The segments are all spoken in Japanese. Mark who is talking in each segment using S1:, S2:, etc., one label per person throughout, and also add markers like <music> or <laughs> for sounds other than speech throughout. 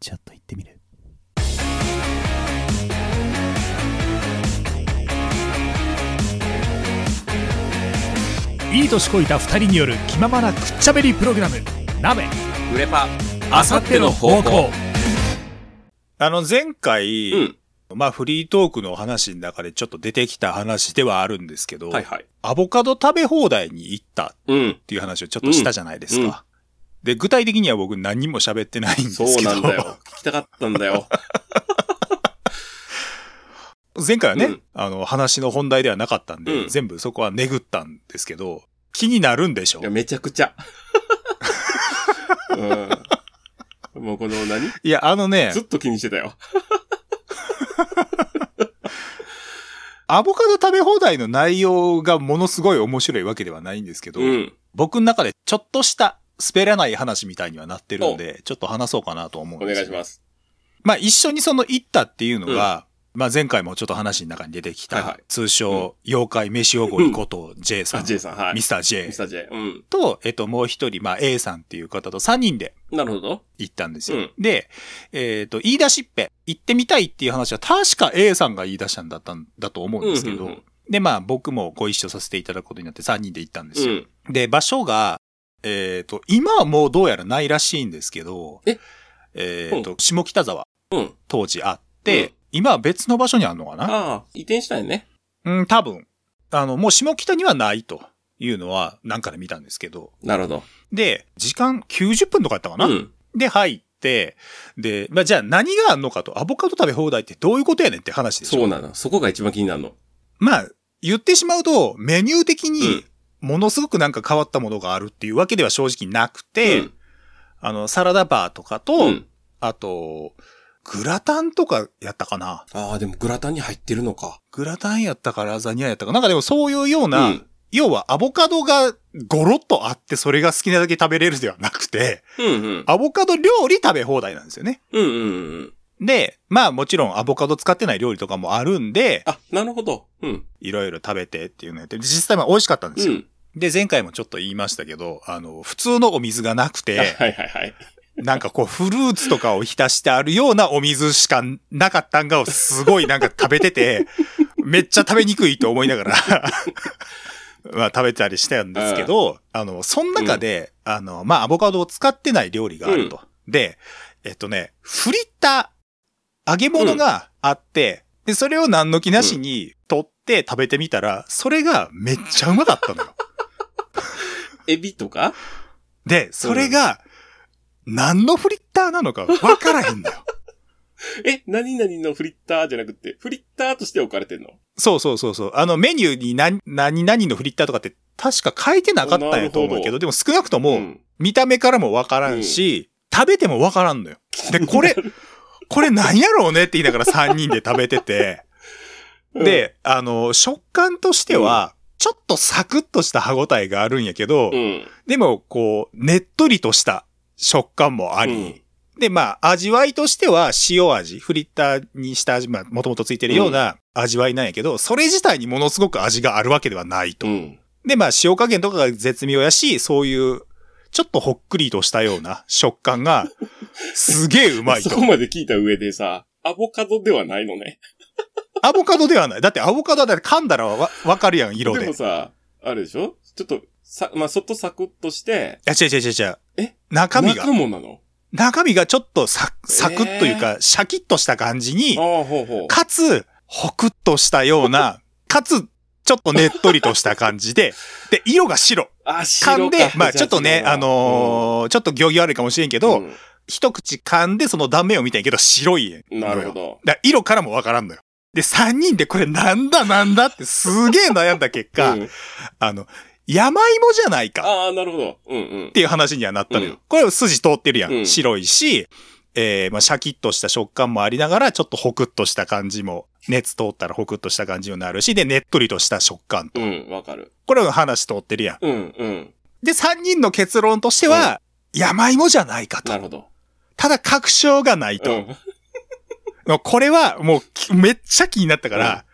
S1: ちょっと行ってみるいい年こいた2人による気ままなくっちゃべりプログラム「鍋
S2: 売れパ
S1: あさっての方向」
S3: あの、前回、
S2: うん
S3: まあ、フリートークの話の中でちょっと出てきた話ではあるんですけど、
S2: はいはい
S3: アボカド食べ放題に行ったっ
S2: うん
S3: ていう話をちょっとしたじゃないですか。
S2: うんうん
S3: で、具体的には僕何にも喋ってないんです
S2: そ
S3: けど、
S2: うなんだよ聞きたかったんだよ
S3: 前回はね、
S2: うん
S3: あの、話の本題ではなかったんで、
S2: うん
S3: 全部そこはねぐったんですけど、気になるんでしょ
S2: いやめちゃくちゃ <laughs> うんもうこの何
S3: いや、あのね
S2: ず、っと気にしてたよ
S3: アボカド食べ放題の内容がものすごい面白いわけではないんですけど、
S2: うん
S3: 僕の中でちょっとした滑らない話みたいにはなってるんで、ちょっと話そうかなと思うん
S2: お
S3: です
S2: 願い
S3: よ
S2: します
S3: まあ一緒にその行ったっていうのが、まあ前回もちょっと話の中に出てきた、
S2: はいはい
S3: 通称、妖怪飯おごりこと J さ
S2: あ
S3: ん、
S2: J さんはい
S3: ミ
S2: ミ
S3: スター J
S2: スター J うん
S3: と、えっともう一人、まあ A さんっていう方と3人で
S2: なるほど
S3: 行ったんですよ。
S2: うん
S3: で、えっと、言い出しっぺ、行ってみたいっていう話は確か A さんが言い出したんだったんだと思うんですけど、
S2: うんうん
S3: で、まあ僕もご一緒させていただくことになって3人で行ったんです
S2: う
S3: よ。
S2: ん
S3: で、場所が、えっ、と、今はもうどうやらないらしいんですけど、
S2: え
S3: えっ、と、下北沢、
S2: うん
S3: 当時あって、
S2: うん
S3: 今は別の場所にあるのかな
S2: ああ移転したんやね
S3: うん、多分。あの、もう下北にはないというのは、なんかで見たんですけど。
S2: なるほど
S3: で、時間90分とかやったかな、
S2: うん
S3: で、入って、で、まあ、じゃあ何があんのかと、アボカド食べ放題ってどういうことやねんって話でしょ。
S2: そうなのそこが一番気になるの
S3: まあ、言ってしまうと、メニュー的
S2: う
S3: に
S2: ん、
S3: ものすごくなんか変わったものがあるっていうわけでは正直なくて、
S2: うん
S3: あの、サラダバーとかと、
S2: うん
S3: あと、グラタンとかやったかな
S2: ああでもグラタンに入ってるのか
S3: グラタンやったかラザニアやったかなんかでもそういうような、
S2: うん
S3: 要はアボカドがゴロッとあってそれが好きなだけ食べれるではなくて、
S2: うんうん
S3: アボカド料理食べ放題なんですよね。
S2: うんうんうん
S3: で、まあもちろんアボカド使ってない料理とかもあるんで、
S2: あなるほどうん
S3: いろいろ食べてっていうのやって、実際まあ美味しかったんで
S2: う
S3: すよ。
S2: ん
S3: で、前回もちょっと言いましたけど、あの、普通のお水がなく
S2: <laughs> あは
S3: て、
S2: いはいはい
S3: なんかこう、フルーツとかを浸してあるようなお水しかなかったんが、すごいなんか食べてて、めっちゃ食べにくいと思いながら、まあ食べたりしたんですけど、あの、その中で、あの、まあアボカドを使ってない料理があると。で、えっとね、フリッター、揚げ物があって、で、それを何の気なしに取って食べてみたら、それがめっちゃうまかったのよ。
S2: エビとか
S3: で、それが、何のフリッターなのかわからへんのよ。
S2: え、何々のフリッターじゃなくて、フリッターとして置かれてんの
S3: そうそうそうそう。あの、メニューに何、何々のフリッターとかって確か書いてなかったんやと思う
S2: な
S3: けど、
S2: るほど
S3: でも少なくと
S2: う
S3: も、
S2: ん
S3: 見た目からもわからんし、食べてもわからんのよ。で、こ
S2: <laughs>
S3: れ、これ何やろうねって言いながら3人で食べてて、
S2: うん
S3: で、あの、食感としては、ちょっとサクッとした歯応えがあるんやけど、
S2: うん。
S3: でも、こう、ねっとりとした食感もあり、で、まあ、味わいとしては塩味、フリッターにした味、まあ、もともとついてるような味わいなんやけど、それ自体にものすごく味があるわけではないと。
S2: うん。うん。
S3: で、まあ、塩加減とかが絶妙やし、そういう、ちょっとほっくりとしたような食感が、すげえうまい
S2: <laughs> そ
S3: と
S2: こ。まで聞いた上でさ、アボカドではないのね。
S3: アボカドではない。だってアボカドはだって噛んだらわわかるやん、色
S2: で
S3: で。い
S2: もさ、あれでしょちょっと、さ、まあ、外サクッとして、
S3: や、違う違う違う違う。
S2: え
S3: 中身が、
S2: 中もなの
S3: 中身がちょっとササクッというか、シャキッとした感じに、
S2: ああ、ほうほう。
S3: かつ、ほくっとしたような、 <laughs> かつ、ちょっとねっとりとした感じで、 <laughs> で、色が白。
S2: あ、
S3: 噛
S2: 白
S3: ん
S2: か
S3: で、まあちょっとね、あのーちょっと行儀悪いかもしれんけど、
S2: うん
S3: 一口噛んでその断面を見たんやけど白いのよ
S2: なるほ。ど。
S3: だから色からもわからんのよ。で、三人でこれなんだなんだってすげえ悩んだ結果、
S2: うん
S3: あの、山芋じゃないかっ
S2: ああ、なるほど。うんうん。
S3: ていう話にはなったのよ。
S2: うん
S3: これ筋通ってるやん。
S2: うん
S3: 白いし、えー、まあシャキッとした食感もありながら、ちょっとホクッとした感じも、熱通ったらホクッとした感じになるし、で、ねっとりとした食感。
S2: うん、わかる。
S3: これの話通ってるやん。
S2: うんうん。
S3: で、3人の結論としては、山芋じゃないかと
S2: な。るほど。
S3: ただ確証がないうと。
S2: ん。
S3: これはもうきめっちゃ気になったから、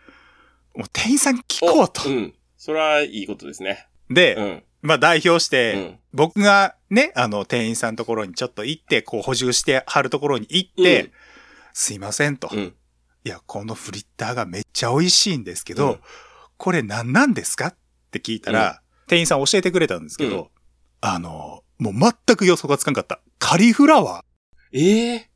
S3: もう店員さん聞こうと
S2: う。ん。それはいいことですね。
S3: で、
S2: うん。
S3: まあ代表し
S2: う
S3: て、
S2: ん。
S3: 僕がね、あの、店員さんのところにちょっと行って、こう補充して貼るところに行って、
S2: うん
S3: すいませんと、
S2: う
S3: い
S2: ん。
S3: や、このフリッターがめっちゃ美味しいんですけど、
S2: うん
S3: これ何なんですかって聞いたら、店員さん教えてくれたんですけど、
S2: うん
S3: あの、もう全く予想がつかんかった。カリフラワー
S2: ええ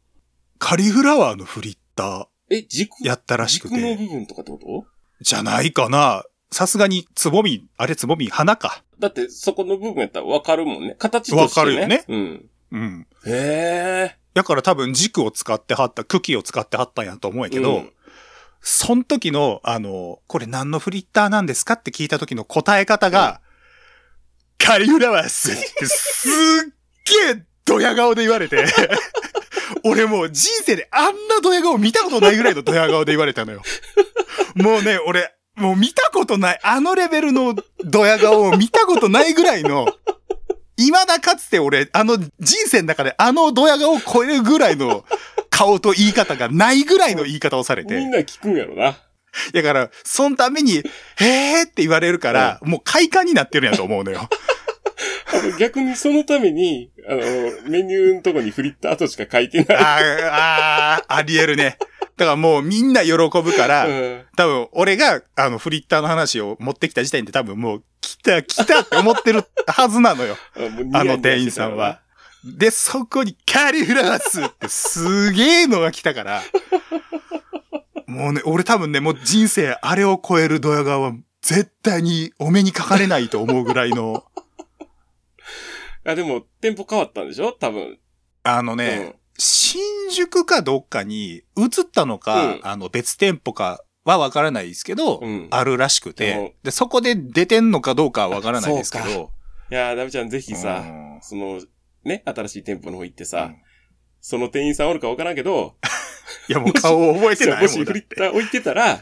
S3: カリフラワーのフリッター
S2: え、軸、
S3: やったらしく
S2: 軸
S3: て、
S2: の部分とかってこと
S3: じゃないかな。さすがに、つぼみ、あれつぼみ、花か。
S2: だって、そこの部分やったらわかるもんね。形としてね。
S3: わかるよね。
S2: うん。
S3: うん。
S2: へえ。
S3: だから多分軸を使ってはった、茎を使ってはったんやと思うんやけど、
S2: うん
S3: その時の、あの、これ何のフリッターなんですかって聞いた時の答え方が、カリフラワーっすってすっげえドヤ顔で言われて、 <laughs> 俺もう人生であんなドヤ顔見たことないぐらいのドヤ顔で言われたのよ。もうね、俺、もう見たことない、あのレベルのドヤ顔を見たことないぐらいの、未だかつて俺、あの人生の中であのドヤ顔を超えるぐらいの顔と言い方がないぐらいの言い方をされて。
S2: みんな聞くんやろな。
S3: だから、そのため <laughs> に、へーって言われるから、もう快感になってるんやと思うのよ。
S2: 多分逆にそのために、あの、メニューのとこにフリッターとしか書いてない。
S3: <laughs> あーあー、ありえるね。だからもうみんな喜ぶから、
S2: うん
S3: 多分俺が、あの、フリッターの話を持ってきた時点で多分もう、来た、来たって思ってるはずなのよ。
S2: あもうニヤ
S3: あ
S2: ニ
S3: の
S2: ヤしてた
S3: 店員さんは。。で、そこにカリフラワースってすげえのが来た <laughs> から、もうね、俺多分ね、もう人生あれを超えるドヤ顔は絶対にお目にかかれないと思うぐらいの、
S2: あ、でも、店舗変わったんでしょ多分。
S3: あのね、新宿かどっかに移ったのか、
S2: うん
S3: あの別店舗かはわからないですけど、
S2: うん
S3: あるらしく
S2: うん
S3: て、で、そこで出てんのかどうかはわからないですけ
S2: そう
S3: ど、
S2: うん。いやー、ダメちゃんぜひ
S3: う
S2: さ、
S3: ん
S2: その、ね、新しい店舗の方行ってさ、
S3: うん
S2: その店員さんおるかわからんけど、
S3: いやもう顔を覚えてない
S2: も
S3: もん
S2: し
S3: だ
S2: フ
S3: っ
S2: リッ
S3: て。
S2: ター置いてたら、 <laughs> あ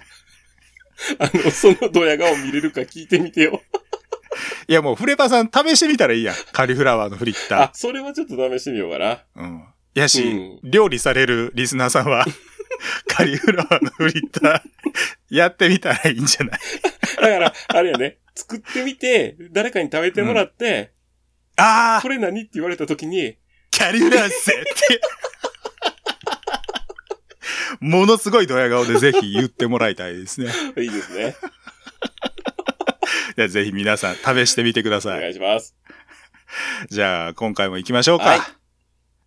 S2: の、そのドヤ顔見れるか聞いてみてよ。
S3: いやもうフレパさん試してみたらいいやん。カリフラワーのフリッ
S2: あ
S3: タ、
S2: それはちょっと試してみようかな。
S3: ー。うん。やし、
S2: うん
S3: 料理されるリスナーさん
S2: <laughs>
S3: は、カリフラワーのフリッター、やってみたらいいんじゃない
S2: だから、あれやね、作ってみて、誰かに食べてもらって、
S3: あ
S2: これ何って言われた時に、
S3: キャリフランスって。ものすごいドヤ顔でぜひ言ってもらいたいですね。
S2: いいですね。
S3: じゃあぜひ皆さん試してみてくだ
S2: お
S3: さい。
S2: 願いします。
S3: じゃあ今回も行きましょうか。
S2: はい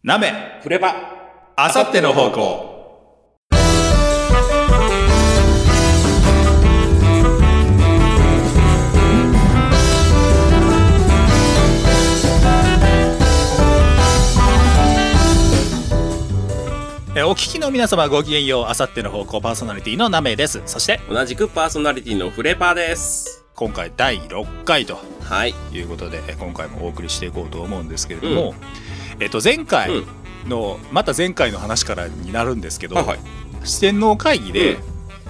S3: なめ、
S2: フレバ。
S3: あさっての方向。えお聞きの皆様ごきげんよう、あさっての方向パーソナリティのなめです。そして、
S2: 同じくパーソナリティのフレバです。
S3: 今回第6回と
S2: はい。
S3: いうことでえ今回もお送りしていこうと思うんですけれども、えっと前回の、また前回の話からになるんですけど、
S2: はいはい。
S3: 四天王会議で、
S2: うん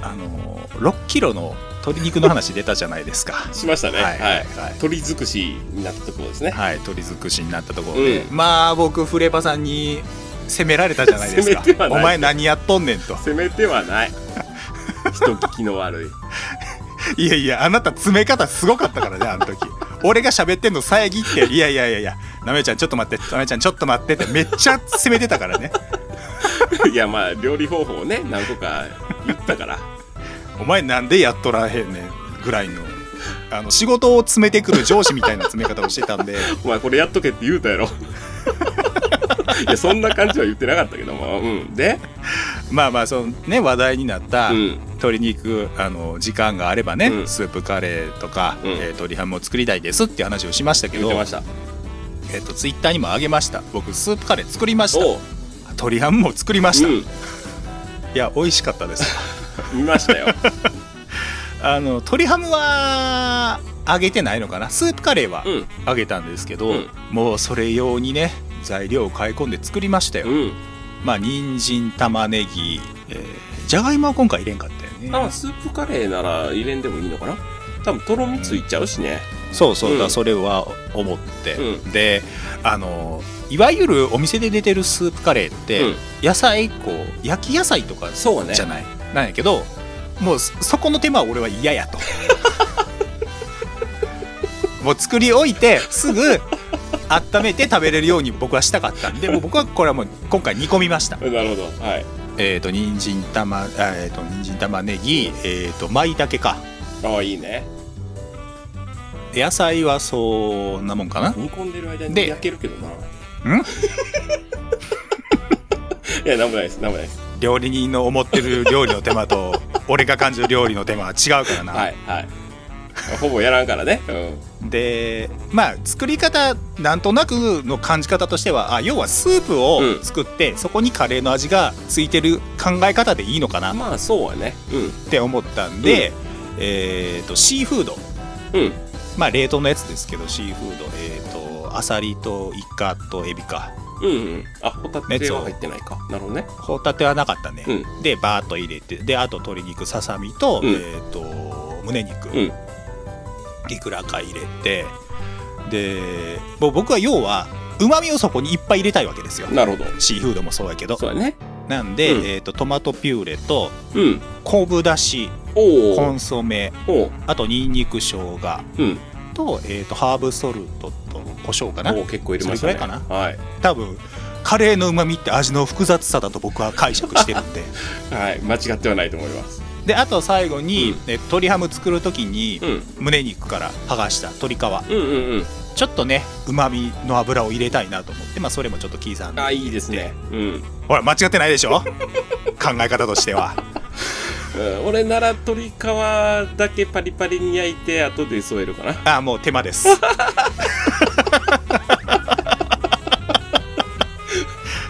S3: あの6キロの鶏肉の話出たじゃないですか。
S2: しましたね。
S3: はいはい
S2: はい。
S3: はい
S2: 鳥尽くしになったところですね。
S3: はい、鳥尽くしになったところで、
S2: う
S3: まあ僕フレパさんに責められたじゃないですか
S2: 責めては
S3: お
S2: ない
S3: 前何やっとんねんと
S2: せめては
S3: <laughs>
S2: ない。人聞きの悪い。
S3: いやいや、あなた詰め方すごかったからね、あの時。俺が喋ってんの遮って、いやいやいやいや、なめちゃんちょっと待って、なめちゃんちょっと待ってって、めっちゃ詰めてたからね。 <laughs>
S2: いや、まあ、料理方法をね、何個か言ったから。
S3: お前なんでやっとらへんねんぐらいの。あの仕事を詰めてくる上司みたいな詰め方をしてたんで
S2: お前これやっとけって言うたやろ。 <laughs> いや、そんな感じは言ってなかったけども。うん。で、
S3: まあまあそのね話題になった
S2: うん。
S3: 鶏肉あの時間があればね、
S2: うん
S3: スープカレーとか、
S2: うん
S3: えー鶏ハムを作りたいですっていう話をしましたけ
S2: 言っ
S3: ど
S2: てました。
S3: えっとツイッターにもあげました僕スープカレー作りました
S2: おう。
S3: 鶏ハムも作りました、い
S2: うん。
S3: や美味しかったです
S2: <laughs> 見
S3: <laughs>
S2: ましたよ。
S3: あの鶏ハムは揚げてないのかなスープカレーは
S2: うん。
S3: 揚げたんですけど、
S2: うん
S3: もうそれ用にね材料を買い込んで作りましたよ、
S2: うん。
S3: まあ人参玉ねぎ、えーじゃがいもは今回入れんかったよね
S2: あスープカレーなら入れんでもいいのかな多分とろみついちゃうしね。
S3: そうそう
S2: うん
S3: だ、それは思って、
S2: う
S3: であのいわゆるお店で出てるスープカレーって、
S2: うん
S3: 野菜こう焼き野菜とか
S2: そうね
S3: じゃない、なんやけど
S2: <laughs>
S3: もうそそこの手間は俺は嫌やともうもう作り置いてすぐ温めて食べれるように僕はしたかったんでもう僕はこれはもう今回煮込みました
S2: なるほど。はい。
S3: えっ、と人参玉あえっ、と人参玉ねぎえっ、と舞茸か
S2: ああ、いいね。
S3: で野菜はそんなもんかな
S2: 煮込んでる間に
S3: で
S2: 焼けるけどな。
S3: ん
S2: <laughs> いや、なんもないです。なんもないです。
S3: 料理人の思ってる料理の手間と俺が感じる料理の手間は違うからな、
S2: はい。はい。ほぼやらんからね。
S3: でまあ作り方なんとなくの感じ方としてはあ要はスープを
S2: うん
S3: 作って、そこにカレーの味がついてる考え方でいいのかな
S2: うん。
S3: っ
S2: まあ、そうはね。
S3: て思ったんで、えー、とシーフード
S2: うん。うん。
S3: まあ冷凍のやつですけどシーフードえー、とアサリとイカとエビか
S2: うんうん。あ、ホタテは入ってないか。なるほどね。
S3: ホタテはなかったね、
S2: う
S3: でバーッと入れてであと鶏肉ささみと,、
S2: うん
S3: えー、と胸肉、
S2: ん
S3: いくらか入れてでもう僕は要はうまみをそこにいっぱい入れたいわけですよ
S2: なるほど。
S3: シーフードもそうやけど
S2: そうやね。
S3: なんで、
S2: うん
S3: えー、とトマトピューレと
S2: うん。
S3: 昆布だし
S2: お
S3: コ
S2: お。
S3: ンソメ
S2: おう
S3: あとにんにく生姜
S2: うん。
S3: と,、えー、とハーブソルトと胡椒かな
S2: おお、結構入れました
S3: それ
S2: ね。
S3: くらいか
S2: はい。
S3: 多分カレーのうまみって味の複雑さだと僕は解釈してるんで
S2: はい。間違ってはないと思います。
S3: であと最後に、
S2: うん
S3: え鶏ハム作る時に
S2: うん。
S3: 胸肉から剥がした鶏皮
S2: うんうんうん。
S3: ちょっとねうまみの油を入れたいなと思って、まあ、それもちょっと刻んで
S2: あ、いいですね。うん。
S3: ほら間違ってないでしょ <laughs> 考え方としては
S2: うん俺なら鶏皮だけパリパリに焼いて後で添えるかな
S3: ああもう手間です <laughs>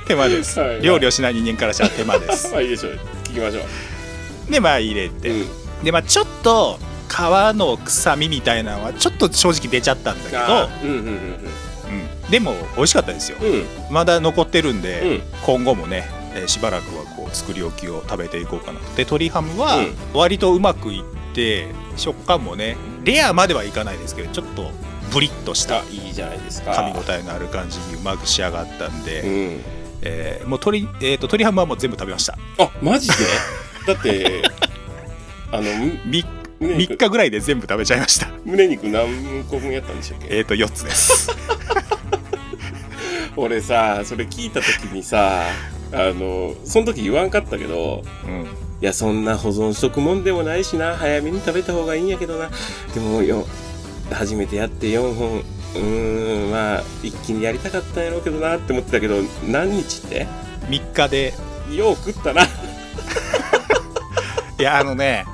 S3: 手間です
S2: はい
S3: 料理をしない人間からしたら手間です
S2: まあいいでしょう聞きましょう
S3: でまあ入れて、
S2: うん
S3: でまあちょっと皮の臭みみたいなのはちょっと正直出ちゃったんだ
S2: あーうんうんうん
S3: けど、うん、でも美味しかったですよ
S2: うんうん
S3: まだ残ってるんで、
S2: うん
S3: 今後もね、えーしばらくはこう作り置きを食べていこうかなとで鶏ハム
S2: う
S3: は
S2: ん
S3: 割とうまくいって食感もねレアまではいかないですけどちょっとブリッとした
S2: あいいじゃないですか
S3: 噛み応えのある感じにうまく仕上がったんで、
S2: うん
S3: えーもう鶏,、えー、と鶏ハムはもう全部食べました
S2: あマジでだ <laughs> ってあのむ
S3: 3,
S2: 胸肉
S3: 日ぐらいで全部食べちゃいました
S2: 胸肉何個分やったんでしたっけ
S3: えっ、と4つです
S2: <laughs> 俺さそれ聞いた時にさあのその時言わんかったけど
S3: うん
S2: いやそんな保存しとくもんでもないしな早めに食べた方がいいんやけどなでもよ初めてやって4本うーんまあ一気にやりたかったんやろうけどなって思ってたけど何日って
S3: 3日で
S2: よう食ったな
S3: いやあのね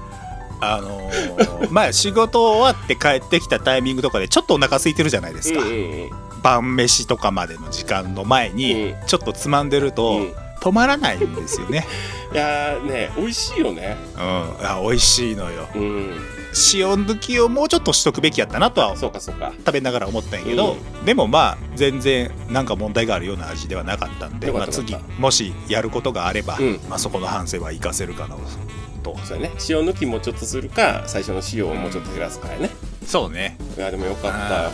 S3: あのーまあ仕事終わって帰ってきたタイミングとかでちょっとお腹空いてるじゃないですか、
S2: うんうん
S3: 晩飯とかまでの時間の前に
S2: う
S3: ちょっとつまんでる
S2: うん
S3: と
S2: うん
S3: 止まらないんですよね、
S2: <laughs> いやーね美味しいよね
S3: うん、あ美味しいのよ
S2: うん
S3: 塩抜きをもうちょっとしとくべきやったなとは
S2: そうかそうか
S3: 食べながら思ったんやけど、でもまあ全然なんか問題があるような味ではなかったんで、
S2: よか
S3: ま
S2: っ
S3: あ、
S2: たよか
S3: 次
S2: った
S3: もしやることがあれば、
S2: うん
S3: まあ、そこの反省は活かせるかなと
S2: そうやね塩抜きもちょっとするか最初の塩をもうちょっと減らすかやね
S3: そうね
S2: いやでもよかったよ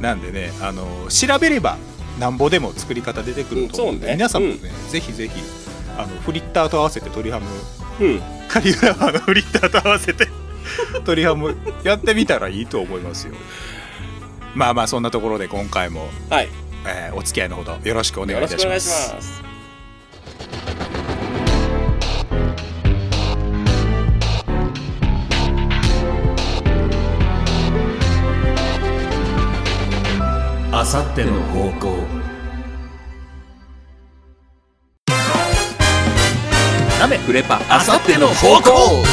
S3: なんでねあの調べればなんぼでも作り方出てくると思うんで、
S2: うんそうね
S3: 皆さんもね、ぜひぜひあのフリッターと合わせて鶏ハム
S2: うん
S3: カリフラワーのフリッターと合わせて鶏ハムやってみたらいいと思いますよまあまあそんなところで今回も、
S2: はい
S3: えーお付き合いのほどよろしくお願い
S2: よろ
S3: い
S2: したく
S3: し
S2: お願
S3: ま
S2: いし
S3: す
S2: ます
S1: あさっての方向なめ
S2: フレパ
S1: あさっての方向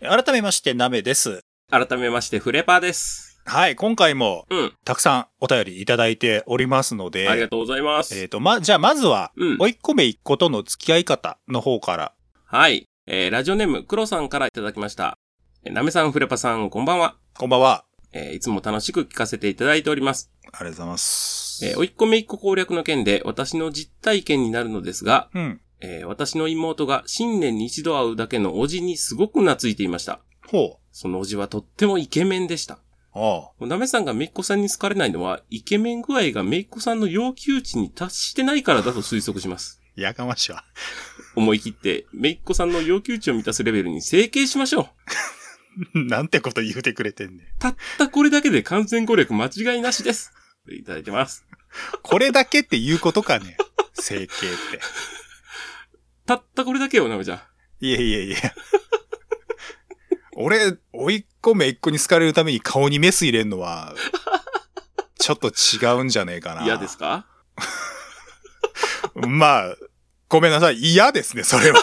S3: 改めましてなめです
S2: 改めましてフレパです
S3: はい今回も
S2: うん
S3: たくさんお便りいただいておりますので
S2: ありがとうございます
S3: えっ、とまじゃあまずは、
S2: うん
S3: おいっ子めいっ子との付き合い方の方から
S2: はい。えーラジオネーム、黒さんからいただきました。えーなめさん、フレパさん、こんばんは。
S3: こんばんは
S2: えーいつも楽しく聞かせていただいております。
S3: ありがとうございます
S2: えー、おいっこめいっこ攻略の件で、私の実体験になるのですが、
S3: うん
S2: えー私の妹が新年に一度会うだけのおじにすごく懐いていました。
S3: ほう
S2: そのおじはとってもイケメンでした。
S3: あ
S2: なめさんがめいっこさんに好かれないのは、イケメン具合がめいっこさんの要求値に達してないからだと推測します。
S3: あやかましいわ <laughs>
S2: 思い切って、めいっこさんの要求値を満たすレベルに整形しましょう。
S3: なんてこと言うてくれてんねん。
S2: たったこれだけで完全攻略間違いなしです。いただいてます。
S3: これだけっていうことかね。 <laughs> 整形って。
S2: たったこれだけよ、なべちゃん。
S3: いやいやいや。俺、甥っ子めっ子に好かれるために顔にメス入れんのは、ちょっと違うんじゃねえかな。
S2: 嫌ですか
S3: まあ、ごめんなさい。嫌ですね、そ
S2: <laughs>
S3: れは。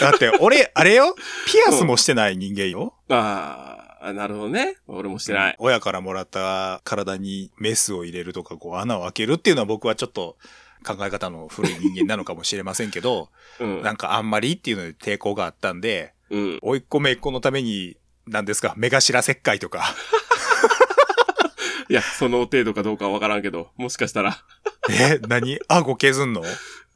S3: だって、俺、あれよピアスもしてない人間よ、
S2: ああ、なるほどね。俺もしてない。
S3: 親からもらった体にメスを入れるとか、こう、穴を開けるっていうのは僕はちょっと考え方の古い人間なのかもしれませんけ
S2: <laughs>
S3: ど、
S2: うん。
S3: なんかあんまりっていうので抵抗があったんで、
S2: うん。
S3: 甥っ子めっ子のために、何ですか、目頭切開とか。 <laughs>
S2: いや、その程度かどうかはわからんけど、もしかしたら、
S3: え、何顎削んの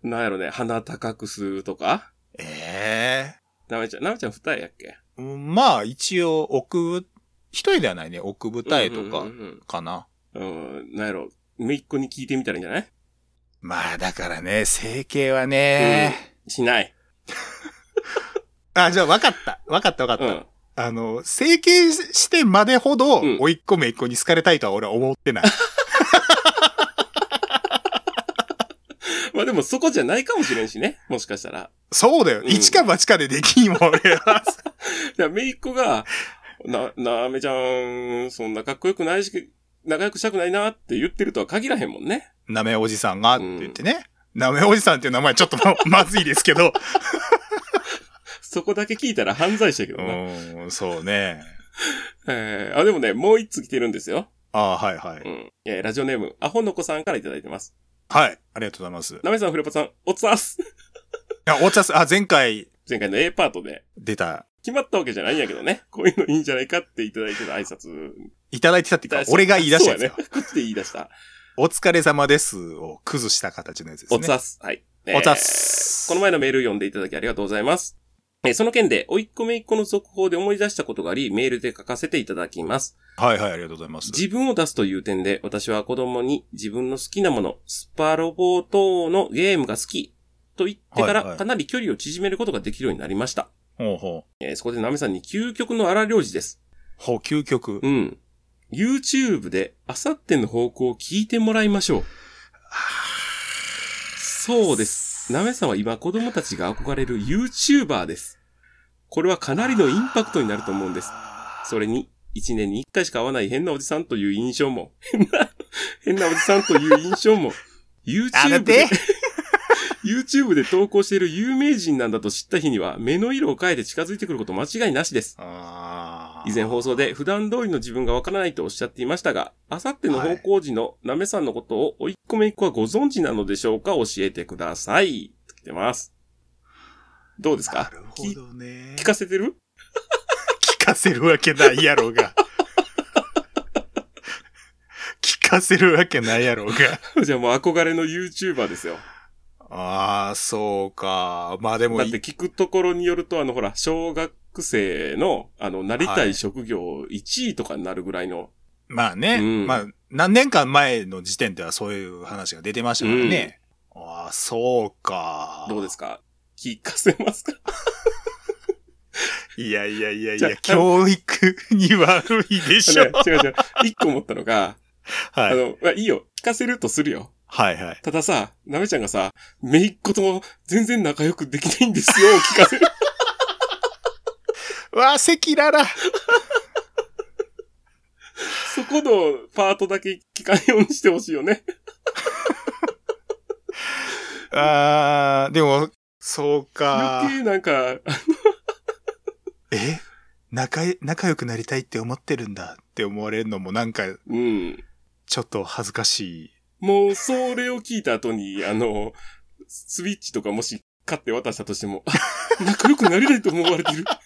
S2: なんやろね、鼻高くするとか
S3: え
S2: なめちゃん、なめちゃん二重やっけ
S3: えまあ、一応、奥、一人ではないね。奥舞台と
S2: う
S3: か
S2: ん、うん
S3: かな。
S2: うんうん。うん、なんやろ、めいっ子に聞いてみたらいいんじゃない
S3: まあ、だからね、整形はね、
S2: しない。
S3: あ、じゃあ分かった。分かった分か
S2: う
S3: った。
S2: ん。
S3: あの、整形してまでほど、
S2: うん
S3: 甥っ子めっ子に好かれたいとは俺は思
S2: <laughs>
S3: ってない。
S2: まあでもそこじゃないかもしれんしね。もしかしたら。
S3: そうだよ。
S2: うん
S3: 一か八かでできんもん、俺
S2: <laughs>
S3: は。
S2: いや、めいっ子が、な、なめちゃん、そんなかっこよくないし、仲良くしたくないなって言ってるとは限らへんもんね。
S3: なめおじさんがって言ってね。なめおじさんっていう名前ちょっとままずいですけど。
S2: そこだけ聞いたら犯罪者やけど
S3: う
S2: な。
S3: ーん、そうね。
S2: えー、あ、でもね、もう一つ来てるんですよ。
S3: ああ、はいは
S2: う
S3: い。
S2: ん。えー、ラジオネーム、アホの子さんからいただいてます。
S3: はい。ありがとうございます。い
S2: なめさん、フレパさん、おつあす。
S3: や、お茶す、あ、前回
S2: 前回の A パートで、
S3: 出た、
S2: 決まったわけじゃないんやけどね。こういうのいいんじゃないかっていただいてた挨拶。
S3: いただいてたっていうか、俺が言い出したやつよ
S2: そう。ね。こっちで言い出した。
S3: <laughs> お疲れ様ですを崩した形のやつですね。
S2: おつあす。はい。えー
S3: おつあす
S2: この前のメール読んでいただきありがとうございます。えーその件で、おいっ子めいっ子の続報で思い出したことがあり、メールで書かせていただきます。
S3: はいはい、ありがとうございます。
S2: 自分を出すという点で、私は子供に自分の好きなもの、スパロボ等のゲームが好きと言ってか
S3: はいは
S2: ら、
S3: い
S2: かなり距離を縮めることができるようになりました。
S3: ほうほう。
S2: えーそこでナメさんに究極の荒領事です。
S3: ほう、究極。
S2: うん。YouTube で、あさっての方向を聞いてもらいましょう。そうです。ナメさんは今子供たちが憧れる YouTuber です。これはかなりのインパクトになると思うんです。それに、一年に一回しか会わない変なおじさんという印象も、 <laughs> 変な、変なおじさんという印象も、
S3: あだっ
S2: YouTube
S3: て
S2: で、YouTube で投稿している有名人なんだと知った日には、目の色を変えて近づいてくること間違いなしです。
S3: あー
S2: 以前放送で普段通りの自分がわからないとおっしゃっていましたが、あさっての方向時のなめさんのことを追い込め一個はご存知なのでしょうか教えてください。来てます。どうです
S3: な
S2: か
S3: るほどね。
S2: 聞かせてる <laughs>
S3: 聞かせるわけないやろうが。 <laughs> 聞かせるわけないやろうが。
S2: じゃあもう憧れの YouTuber ですよ。
S3: ああ、そうか。まあでも
S2: だっ、て聞くところによると、あのほら、小学生の、あの、なりたい職業1位とかになるぐらいの、
S3: まあね、
S2: うん
S3: まあ、何年間前の時点ではそういう話が出てましたからね。ああ、そうか。
S2: どうですか聞かせますか
S3: いやいやいやい
S2: じゃ
S3: や、教育に悪いでしょ。
S2: <laughs> ね違う違う。一個思ったのが、
S3: は
S2: あ
S3: い。
S2: の、まあ、いいよ。聞かせるとするよ。
S3: はいはい。
S2: たださ、なめちゃんがさ、めいっ子とも全然仲良くできないんですよ、聞かせる。
S3: わあ、赤裸々。
S2: そこのパートだけ聞かんようにしてほしいよね。
S3: ああ、でも、そうか。
S2: 余計なんか、
S3: え仲い、仲良くなりたいって思ってるんだって思われるのもなんか、
S2: うん。
S3: ちょっと恥ずかしい。
S2: もう、それを聞いた後に、あの、スイッチとかもし買って渡したとしても、あ仲良くなれないと思われてる。 <laughs>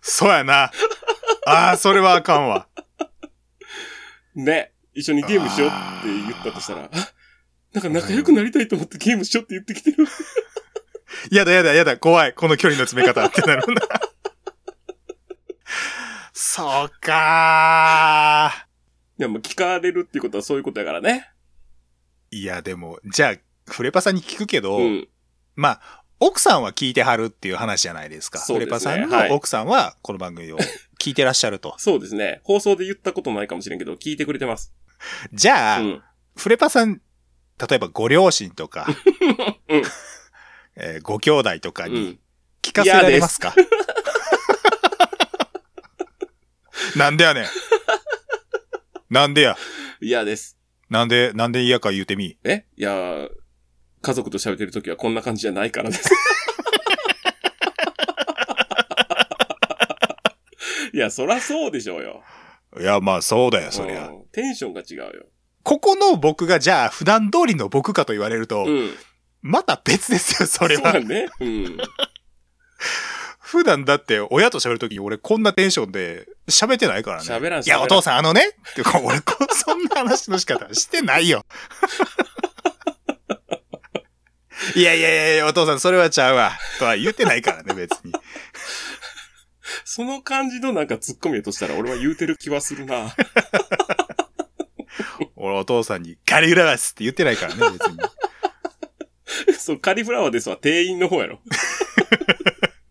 S3: そうやな。ああ、それはあかんわ。
S2: ね。一緒に <laughs> ゲームしようって言ったとしたら、あなんか仲良くなりたいと思ってゲームしようって言ってきてる。 <laughs>
S3: やだやだやだ、怖い。この距離の詰め方ってなるな。そうか
S2: いや、もう聞かれるっていうことはそういうことやからね。
S3: ー。いや、でも、じゃあ、フレパさんに聞くけど、
S2: うん。
S3: まあ、奥さんは聞いてはるっていう話じゃないですか。
S2: そうですね
S3: フレパさん
S2: はい
S3: の奥さんはこの番組を聞いてらっしゃると。
S2: そうですね。放送で言ったこともないかもしれんけど、聞いてくれてます。
S3: じゃあ、
S2: うん。
S3: フレパさん、例えばご両親とか、
S2: うん
S3: <laughs> えーご兄弟とか
S2: う
S3: に
S2: ん。
S3: 聞かせられますか、 <laughs> なんでやねん。なんでや。
S2: 嫌です。
S3: なんで、なんで嫌か言うてみ。
S2: えいやー、家族と喋ってる時はこんな感じじゃないからです。 <laughs> いや、そらそうでしょうよ。
S3: いや、まあそうだよ、そりゃ
S2: う。んテンションが違うよ。
S3: ここの僕がじゃあ普段通りの僕かと言われると、
S2: うん。
S3: また別ですよ、それ
S2: そうだ
S3: は。
S2: ね。うん。
S3: 普段だって親と喋るときに俺こんなテンションで喋ってないからね。
S2: 喋らん
S3: いや、
S2: 喋らん
S3: お父さんあのねってか俺こ、そんな話の仕方してないよ。 <laughs> いやいやいや、お父さんそれはちゃうわ。とは言ってないからね、別に。
S2: その感じのなんか突っ込みやとしたら俺は言うてる気はするな。 <laughs>
S3: 俺お父さんにガリウラガスって言ってないからね、別に。
S2: そう、カリフラワーですわ。店員の方や <laughs> ろ。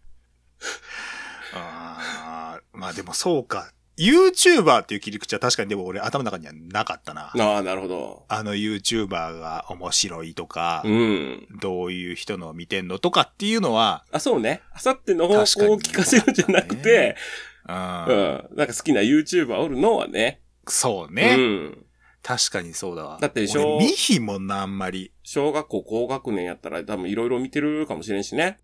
S3: <laughs> あーまあでもそうか。YouTuber っていう切り口は確かにでも俺頭の中にはなかったな。
S2: ああ、なるほど。
S3: あの YouTuber が面白いとか、
S2: うん。
S3: どういう人のを見てんのとかっていうのは、
S2: あ、そうね。あさっての方向を聞かせるんじゃな
S3: 確
S2: く
S3: かに
S2: て、
S3: うん
S2: うん。なんか好きな YouTuber おるのはね。
S3: そうね、
S2: うん。
S3: 確かにそうだわ。
S2: だってでしょ
S3: 俺見ひんもんな、あんまり。
S2: 小学校高学年やったら多分いろいろ見てるかもしれんしね。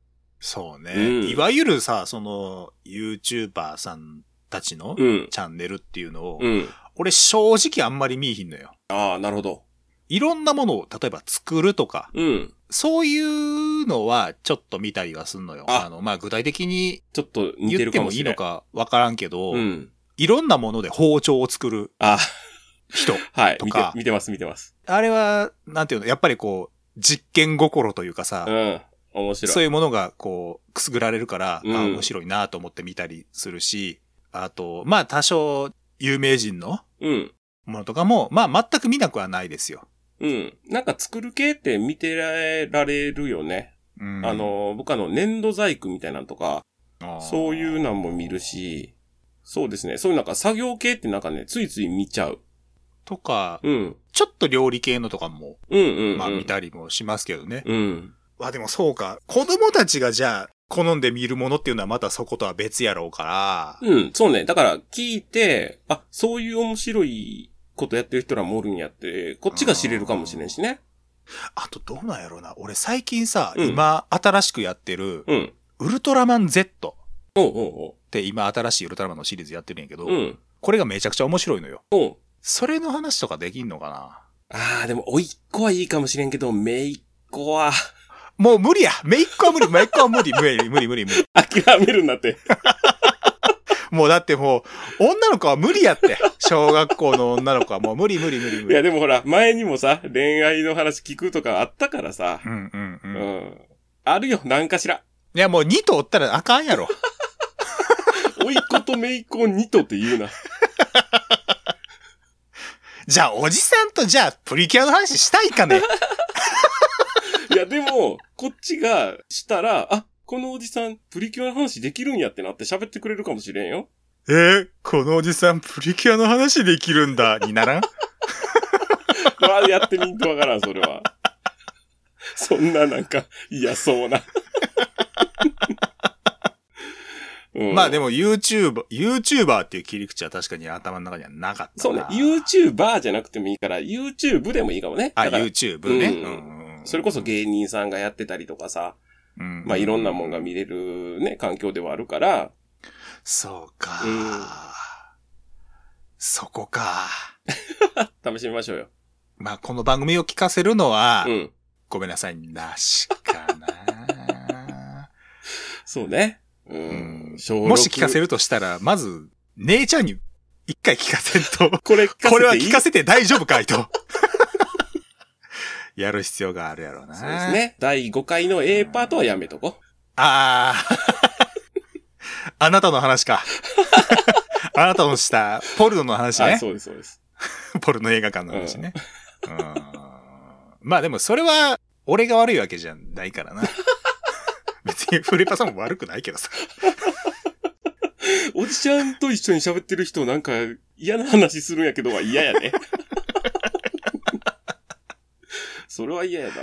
S3: そうね、
S2: うん
S3: いわゆるさ、その、YouTuber さんたちの
S2: うん。
S3: チャンネルっていうのを、
S2: うん。
S3: 俺正直あんまり見ひんのよ。
S2: ああ、なるほど。
S3: いろんなものを、例えば作るとか、
S2: うん。
S3: そういうのはちょっと見たりはすんのよ。
S2: あ
S3: あの、まあ、具体的に
S2: ちょっと似て
S3: 言っ
S2: る
S3: て
S2: か
S3: も
S2: も
S3: い
S2: し
S3: い
S2: れん。
S3: のかわからんけど、
S2: うん。
S3: いろんなもので包丁を作る
S2: あ
S3: 人。
S2: はい。
S3: と
S2: 見て
S3: か、
S2: 見てます、見てます。
S3: あれは、なんていうの、やっぱりこう、実験心というかさ
S2: う、ん。面白い。
S3: そういうものがこう、くすぐられるから、
S2: うん
S3: あ面白いなと思って見たりするし、あと、まあ多少、有名人の
S2: うん。
S3: ものとかも、まあ全く見なくはないですよ。
S2: うん。なんか作る系って見てられるよね。
S3: うん
S2: あ、の、僕あの、粘土細工みたいなんとか、
S3: あー
S2: そういうのも見る。し、そうですね。そういうなんか作業系ってなんかね、ついつい見ちゃう。
S3: とか、
S2: うん。
S3: ちょっと料理系のとかも、
S2: うんうん、うん。
S3: まあ見たりもしますけどね。
S2: うん。
S3: まあでもそうか。子供たちがじゃあ、好んで見るものっていうのはまたそことは別やろうから、
S2: うん、そうね。だから聞いて、あ、そういう面白いことやってる人らもおるんやって、こっちが知れるかもしれんしね。
S3: あとどうなんやろうな。俺最近さ、
S2: うん
S3: 今新しくやってる、
S2: うん。
S3: ウルトラマン Z っ
S2: おうお
S3: て今新しいウルトラマンのシリーズやってるんやけど、
S2: うおう。うん。
S3: これがめちゃくちゃ面白いのよ。
S2: おう。
S3: それの話とかできんのか
S2: あー、でも、おいっ子はいいかもしれんけど、めいっ子は、 <laughs>
S3: なもう無理やめいっ子は無理めいっ子は無理無理無理無理無理。
S2: 諦めるんだって。
S3: もうだってもう、女の子は無理やって。小学校の女の子はもう無理無理無理無
S2: いや、
S3: 理。
S2: でもほら、前にもさ、恋愛の話聞くとかあったからさ
S3: う。んうん
S2: う
S3: うん。い
S2: ん。あるよ、なんかしら。
S3: やもう2頭おったらあかんやろ。
S2: おいっ子とめいっ子を二とって言うな。 <laughs>
S3: じゃあおじさんとじゃあプリキュアの話したいかね。
S2: いや、でも、こっちがしたら、あ、このおじさん、プリキュアの話できるんやってなって喋ってくれるかもしれんよ。
S3: えーこのおじさんプリキュアの話できるんだ。にならん
S2: まあ、やってみんとわからん、それは。そんな、なんか、嫌そうな。 <laughs> うん
S3: まあでも YouTuber、YouTuber っていう切り口は確かに頭の中にはなかったな。
S2: そうね、YouTuber じゃなくてもいいから、YouTube でもいいかもね。
S3: あ、
S2: だから
S3: YouTube ね。
S2: うん
S3: うんうん
S2: それこそ芸人さんがやってたりとかさ、
S3: うん
S2: まあいろんなもんが見れるね、環境ではあるから、
S3: そうか、
S2: うん
S3: そこか。
S2: 試してみましょうよ。
S3: まあこの番組を聞かせるのは、
S2: うん。
S3: ごめんなさい、なしか
S2: <laughs>
S3: な。
S2: そうね。う
S3: うん
S2: ん。
S3: もし聞かせ
S2: る。
S3: るとしたら、まず、姉ちゃんに一回聞かせんと、
S2: これ聞かせていい
S3: これは聞かせて大丈夫かいと。 <laughs> やる必要があるやろうな。
S2: そうです。ね。第5回の A パートはやめとこ。
S3: ああ。 <laughs> あなたの話
S2: <laughs>
S3: か。あなたのした、ポルノの話
S2: あ、
S3: ね。
S2: そうです、そうです。
S3: <laughs> ポルノ映画館の話ね。うんまあでもそれは、俺が悪いわけじゃないからな。別にフレパさんも悪くないけどさ。
S2: おじちゃんと一緒に喋ってる人なんか嫌な話するんやけどは嫌やね。 <laughs> それは嫌やな。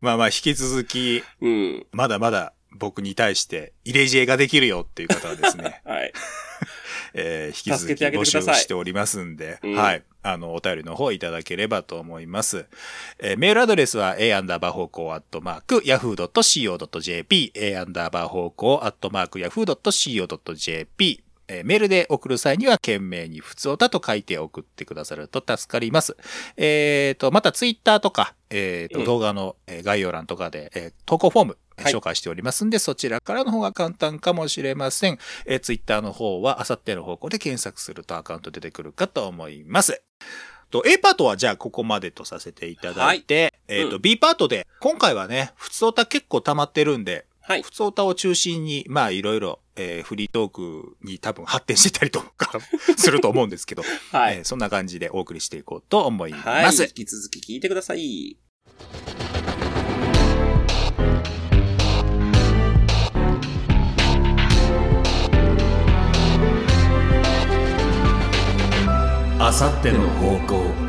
S3: まあまあ、引き続き、
S2: うん。、
S3: まだまだ僕に対して入れ知恵ができるよっていう方はですね
S2: はい。
S3: えー引き続
S2: 助け
S3: き
S2: てあげて
S3: 募
S2: く
S3: 集
S2: ださい
S3: しておりますんで、
S2: うん
S3: はい。あの、お便りの方いただければと思います。えーメールアドレスは a アンダーバー方向アットマーク yahoo.co.jp a アンダーバー方向アットマーク yahoo.co.jp えーメールで送る際には、懸命に普通おたと書いて送ってくださると助かります。えっ、と、またツイッターとか、えっ、と、
S2: うん
S3: 動画のえー概要欄とかで、えー投稿フォーム、えー
S2: はい
S3: 紹介しておりますんで、そちらからの方が簡単かもしれません。えー、ツイッターの方は、あさっての方向で検索するとアカウント出てくるかと思います。と、A パートはじゃあここまでとさせていただいて、えっ、と、
S2: う
S3: B パートで、今回はね、普通歌結構溜まってるんで、
S2: はい。
S3: 普通歌を中心に、まあいろいろ、えーフリートークに多分発展してたりとかすると思うんですけど、
S2: は
S3: えー
S2: い。
S3: そんな感じでお送りしていこうと思い
S2: は
S3: ま
S2: い。
S3: す。
S2: 引き続き聞いてください。
S1: あさっての方向